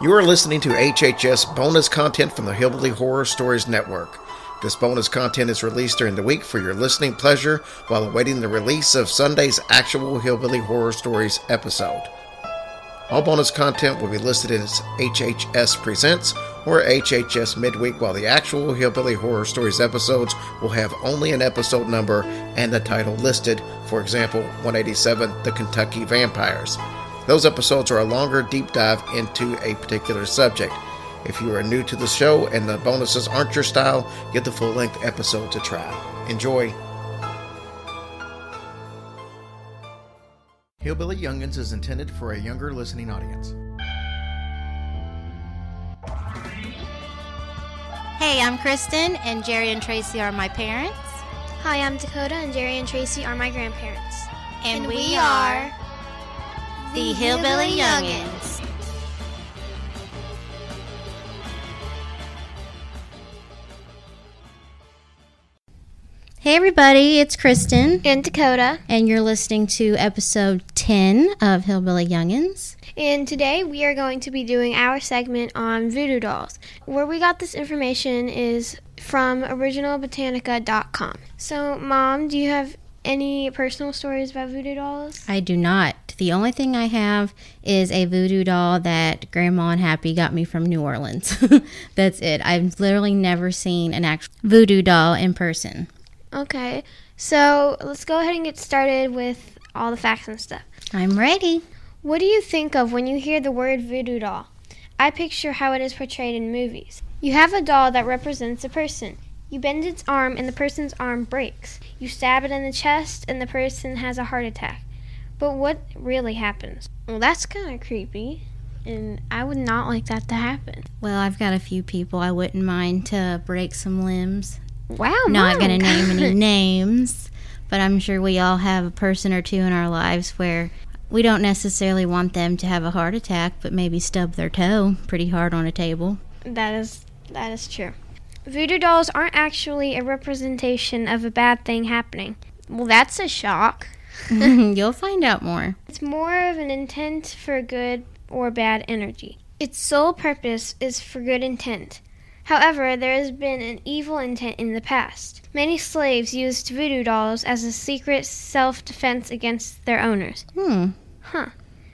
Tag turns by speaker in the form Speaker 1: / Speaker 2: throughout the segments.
Speaker 1: You are listening to HHS bonus content from the Hillbilly Horror Stories Network. This bonus content is released during the week for your listening pleasure while awaiting the release of Sunday's actual Hillbilly Horror Stories episode. All bonus content will be listed as HHS Presents or HHS Midweek, while the actual Hillbilly Horror Stories episodes will have only an episode number and the title listed, for example, 187 The Kentucky Vampires. Those episodes are a longer deep dive into a particular subject. If you are new to the show and the bonuses aren't your style, give the full length episode to try. Enjoy! Hillbilly Youngins is intended for a younger listening audience.
Speaker 2: Hey, I'm Kristen, and Jerry and Tracy are my parents.
Speaker 3: Hi, I'm Dakota, and Jerry and Tracy are my grandparents.
Speaker 2: And, we are the Hillbilly Youngins. Hey, everybody, it's Kristen,
Speaker 3: And Dakota.
Speaker 2: and you're listening to episode 10 of Hillbilly Youngins.
Speaker 3: And today we are going to be doing our segment on voodoo dolls. Where we got this information is from originalbotanica.com. So, Mom, do you have any personal stories about voodoo dolls?
Speaker 2: I do not. The only thing I have is a voodoo doll that Grandma and Happy got me from New Orleans. That's it. I've literally never seen an actual voodoo doll in person.
Speaker 3: Okay, so let's go ahead and get started with all the facts and stuff.
Speaker 2: I'm ready.
Speaker 3: What do you think of when you hear the word voodoo doll? I picture how it is portrayed in movies. You have a doll that represents a person. You bend its arm and the person's arm breaks. You stab it in the chest and the person has a heart attack. But what really happens? Well, that's kind of creepy, and I would not like that to happen.
Speaker 2: Well, I've got a few people I wouldn't mind to break some limbs.
Speaker 3: Wow,
Speaker 2: Not
Speaker 3: Mom.
Speaker 2: going to name any names, but I'm sure we all have a person or two in our lives where we don't necessarily want them to have a heart attack, but maybe stub their toe pretty hard on a table.
Speaker 3: That is that is true. Voodoo dolls aren't actually a representation of a bad thing happening. Well, that's a shock.
Speaker 2: You'll find out more.
Speaker 3: It's more of an intent for good or bad energy. Its sole purpose is for good intent. However, there has been an evil intent in the past. Many slaves used voodoo dolls as a secret self defense against their owners.
Speaker 2: Hmm.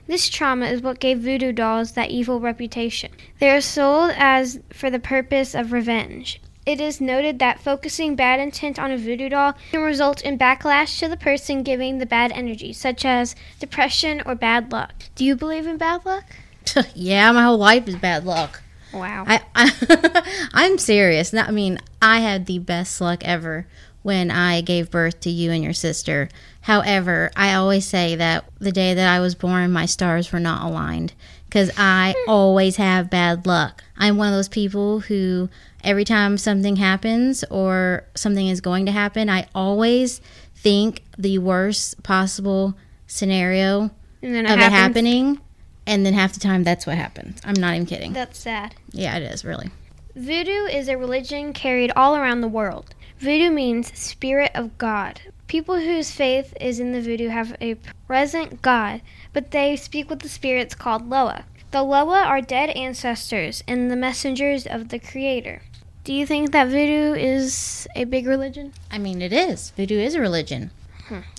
Speaker 3: This trauma is what gave voodoo dolls that evil reputation. They are sold as for the purpose of revenge. It is noted that focusing bad intent on a voodoo doll can result in backlash to the person giving the bad energy, such as depression or bad luck. Do you believe in bad luck?
Speaker 2: yeah, my whole life is bad luck.
Speaker 3: Wow.
Speaker 2: I, I I'm serious. Not, I mean, I had the best luck ever when I gave birth to you and your sister. However, I always say that the day that I was born, my stars were not aligned because I always have bad luck. I'm one of those people who every time something happens or something is going to happen, I always think the worst possible scenario
Speaker 3: and then
Speaker 2: of it
Speaker 3: happens.
Speaker 2: happening. And then half the time, that's what happens. I'm not even kidding.
Speaker 3: That's sad.
Speaker 2: Yeah, it is really.
Speaker 3: Voodoo is a religion carried all around the world. Voodoo means spirit of God. People whose faith is in the voodoo have a present God, but they speak with the spirits called Loa. The Loa are dead ancestors and the messengers of the Creator. Do you think that voodoo is a big religion?
Speaker 2: I mean, it is. Voodoo is a religion.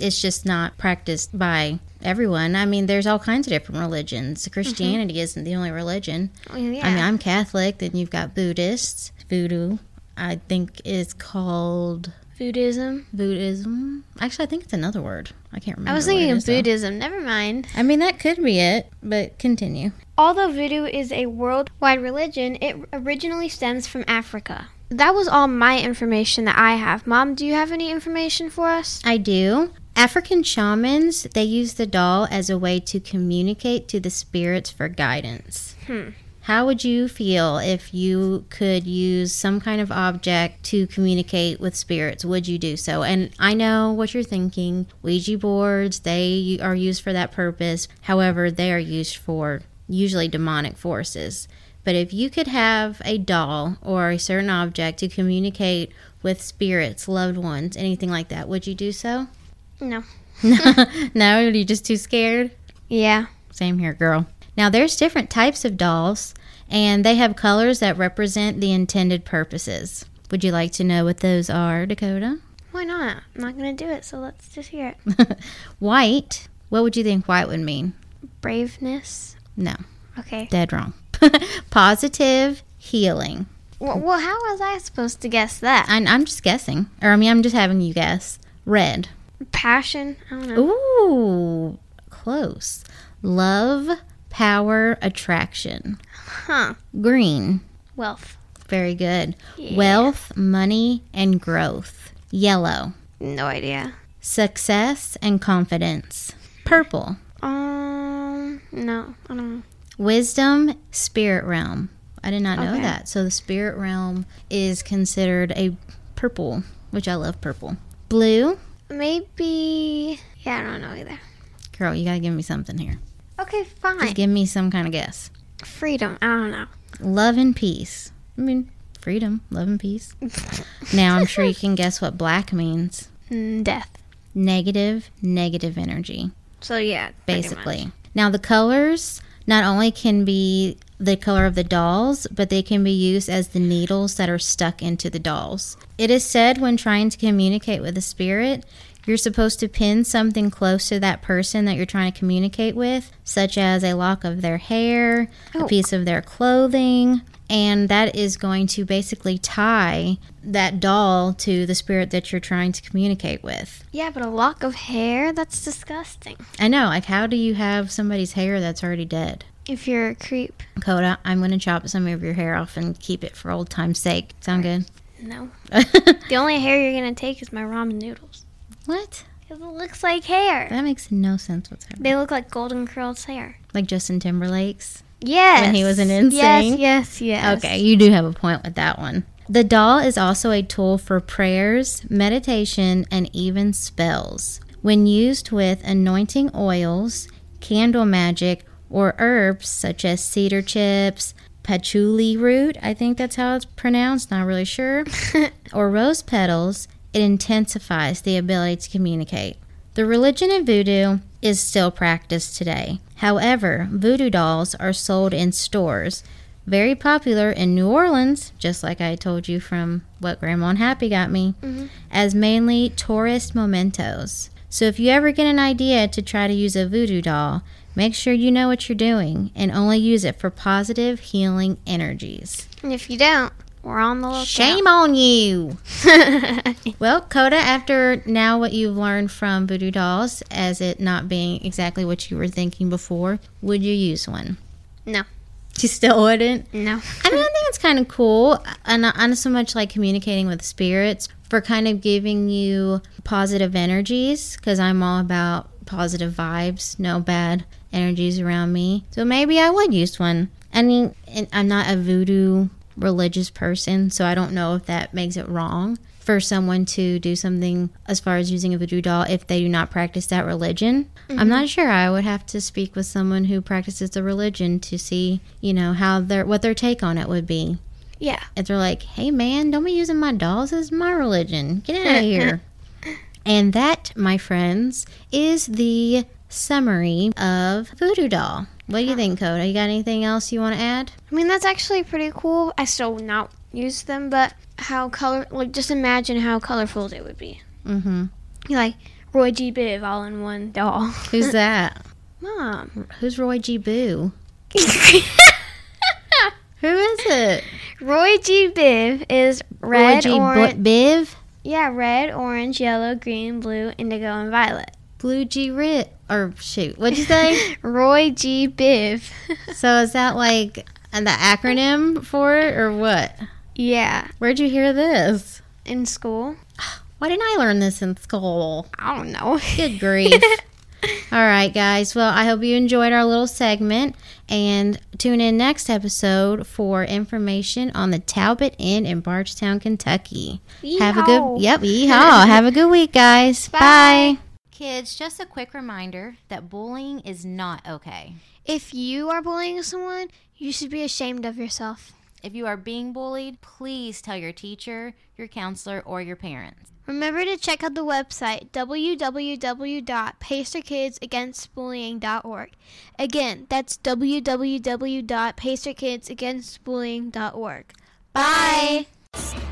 Speaker 2: It's just not practiced by everyone. I mean, there's all kinds of different religions. Christianity isn't the only religion.
Speaker 3: Mm-hmm. Oh, yeah.
Speaker 2: I mean, I'm Catholic, then you've got Buddhists. Voodoo, I think, is called
Speaker 3: Buddhism.
Speaker 2: Buddhism. Actually, I think it's another word. I can't remember.
Speaker 3: I was
Speaker 2: what it
Speaker 3: thinking of
Speaker 2: is, though.
Speaker 3: Buddhism. Never mind.
Speaker 2: I mean, that could be it, but continue.
Speaker 3: Although voodoo is a worldwide religion, it originally stems from Africa. That was all my information that I have. Mom, do you have any information for us?
Speaker 2: I do. African shamans, they use the doll as a way to communicate to the spirits for guidance.
Speaker 3: Hmm.
Speaker 2: How would you feel if you could use some kind of object to communicate with spirits? Would you do so? And I know what you're thinking. Ouija boards, they are used for that purpose. However, they are used for usually demonic forces. But if you could have a doll or a certain object to communicate with spirits, loved ones, anything like that, would you do so?
Speaker 3: No.
Speaker 2: no, you're just too scared.
Speaker 3: Yeah.
Speaker 2: Same here, girl. Now, there's different types of dolls, and they have colors that represent the intended purposes. Would you like to know what those are, Dakota?
Speaker 3: Why not? I'm not going to do it, so let's just hear it.
Speaker 2: white. What would you think white would mean?
Speaker 3: Braveness.
Speaker 2: No,
Speaker 3: Okay.
Speaker 2: dead wrong. Positive healing.
Speaker 3: Well, well, how was I supposed to guess that?
Speaker 2: And I'm just guessing, or I mean, I'm just having you guess. Red.
Speaker 3: Passion? I don't know.
Speaker 2: Ooh, close. Love, power, attraction.
Speaker 3: Huh.
Speaker 2: Green.
Speaker 3: Wealth.
Speaker 2: Very good.
Speaker 3: Yeah.
Speaker 2: Wealth, money, and growth. Yellow.
Speaker 3: No idea.
Speaker 2: Success and confidence. Purple.
Speaker 3: Um, no, I don't know.
Speaker 2: Wisdom, spirit realm. I did not know
Speaker 3: Okay.
Speaker 2: that. So the spirit realm is considered a purple, which I love purple. Blue.
Speaker 3: Maybe. Yeah, I don't know either.
Speaker 2: Girl, you got to give me something here.
Speaker 3: Okay, fine.
Speaker 2: Just give me some kind of guess.
Speaker 3: Freedom. I don't know.
Speaker 2: Love and peace. I mean, freedom, love and peace. Now I'm sure you can guess what black means.
Speaker 3: Mm, Death.
Speaker 2: Negative, negative energy.
Speaker 3: So yeah, pretty much.
Speaker 2: basically. Now, the colors not only can be the color of the dolls, but they can be used as the needles that are stuck into the dolls. It is said when trying to communicate with a spirit, you're supposed to pin something close to that person that you're trying to communicate with, such as a lock of their hair,
Speaker 3: Oh.
Speaker 2: a piece of their clothing, and that is going to basically tie that doll to the spirit that you're trying to communicate with.
Speaker 3: Yeah, but a lock of hair? That's disgusting.
Speaker 2: I know. Like, how do you have somebody's hair that's already dead?
Speaker 3: If you're a creep.
Speaker 2: Coda, I'm going to chop some of your hair off and keep it for old time's sake. Sound good?
Speaker 3: No. The only hair you're gonna take is my ramen noodles.
Speaker 2: what?
Speaker 3: 'Cause it looks like hair.
Speaker 2: That makes no sense whatsoever.
Speaker 3: They look like golden curls hair.
Speaker 2: Like Justin Timberlake's.
Speaker 3: Yes.
Speaker 2: he was an
Speaker 3: Yes,
Speaker 2: insane?
Speaker 3: yes, yes.
Speaker 2: Okay, you do have a point with that one. The doll is also a tool for prayers, meditation, and even spells. When used with anointing oils, candle magic, or herbs such as cedar chips, patchouli root, I think that's how it's pronounced, not really sure, or rose petals, it intensifies the ability to communicate. The religion of voodoo is still practiced today. However, voodoo dolls are sold in stores. Very popular in New Orleans, just like I told you from what Grandma and Happy got me, as mainly tourist mementos. So if you ever get an idea to try to use a voodoo doll, make sure you know what you're doing and only use it for positive healing energies.
Speaker 3: And if you don't, we're on the lookout.
Speaker 2: Shame on you! Well, Coda, after now what you've learned from voodoo dolls, as it not being exactly what you were thinking before, would you use one?
Speaker 3: No.
Speaker 2: You still wouldn't?
Speaker 3: no.
Speaker 2: I mean, I think it's kind of cool, and not, not so much like communicating with spirits for kind of giving you positive energies, because I'm all about positive vibes, no bad energies around me. So maybe I would use one. I mean, and I'm not a voodoo religious person, so I don't know if that makes it wrong for someone to do something as far as using a voodoo doll if they do not practice that religion. I'm not sure. I would have to speak with someone who practices the religion to see, you know, how their what their take on it would be.
Speaker 3: Yeah.
Speaker 2: If they're like, "Hey man, don't be using my dolls as my religion. Get out of here." and that, my friends, is the summary of voodoo doll. What do you think, Coda? You got anything else you want to add?
Speaker 3: I mean, that's actually pretty cool. I still would not use them, but how color, like, just imagine how colorful they would be.
Speaker 2: Mm-hmm.
Speaker 3: You're like Roy G. Biv all in one doll.
Speaker 2: Who's that?
Speaker 3: Mom.
Speaker 2: Who's Roy G. Boo? Who is it?
Speaker 3: Roy G. Biv is
Speaker 2: Roy
Speaker 3: red,
Speaker 2: G.
Speaker 3: orange.
Speaker 2: Bu- Biv?
Speaker 3: yeah, red, orange, yellow, green, blue, indigo, and violet.
Speaker 2: Blue G. Rit? Or shoot, what'd you say?
Speaker 3: Roy G. Biv.
Speaker 2: so is that like uh, the acronym for it or what?
Speaker 3: yeah,
Speaker 2: Where'd you hear this?
Speaker 3: in school.
Speaker 2: Why didn't I learn this in school?
Speaker 3: I don't know.
Speaker 2: Good grief. All right, guys. Well, I hope you enjoyed our little segment and tune in next episode for information on the Talbot Inn in Bargetown, Kentucky. Have a
Speaker 3: Yeehaw.
Speaker 2: good Yep, yeehaw. Have a good week, guys. Bye.
Speaker 3: Bye.
Speaker 2: Kids, just a quick reminder that bullying is not okay.
Speaker 3: If you are bullying someone, you should be ashamed of yourself.
Speaker 2: If you are being bullied, please tell your teacher, your counselor, or your parents.
Speaker 3: Remember to check out the website www.pacerkidsagainstbullying.org. Again, that's www.pacerkidsagainstbullying.org. Bye. Bye.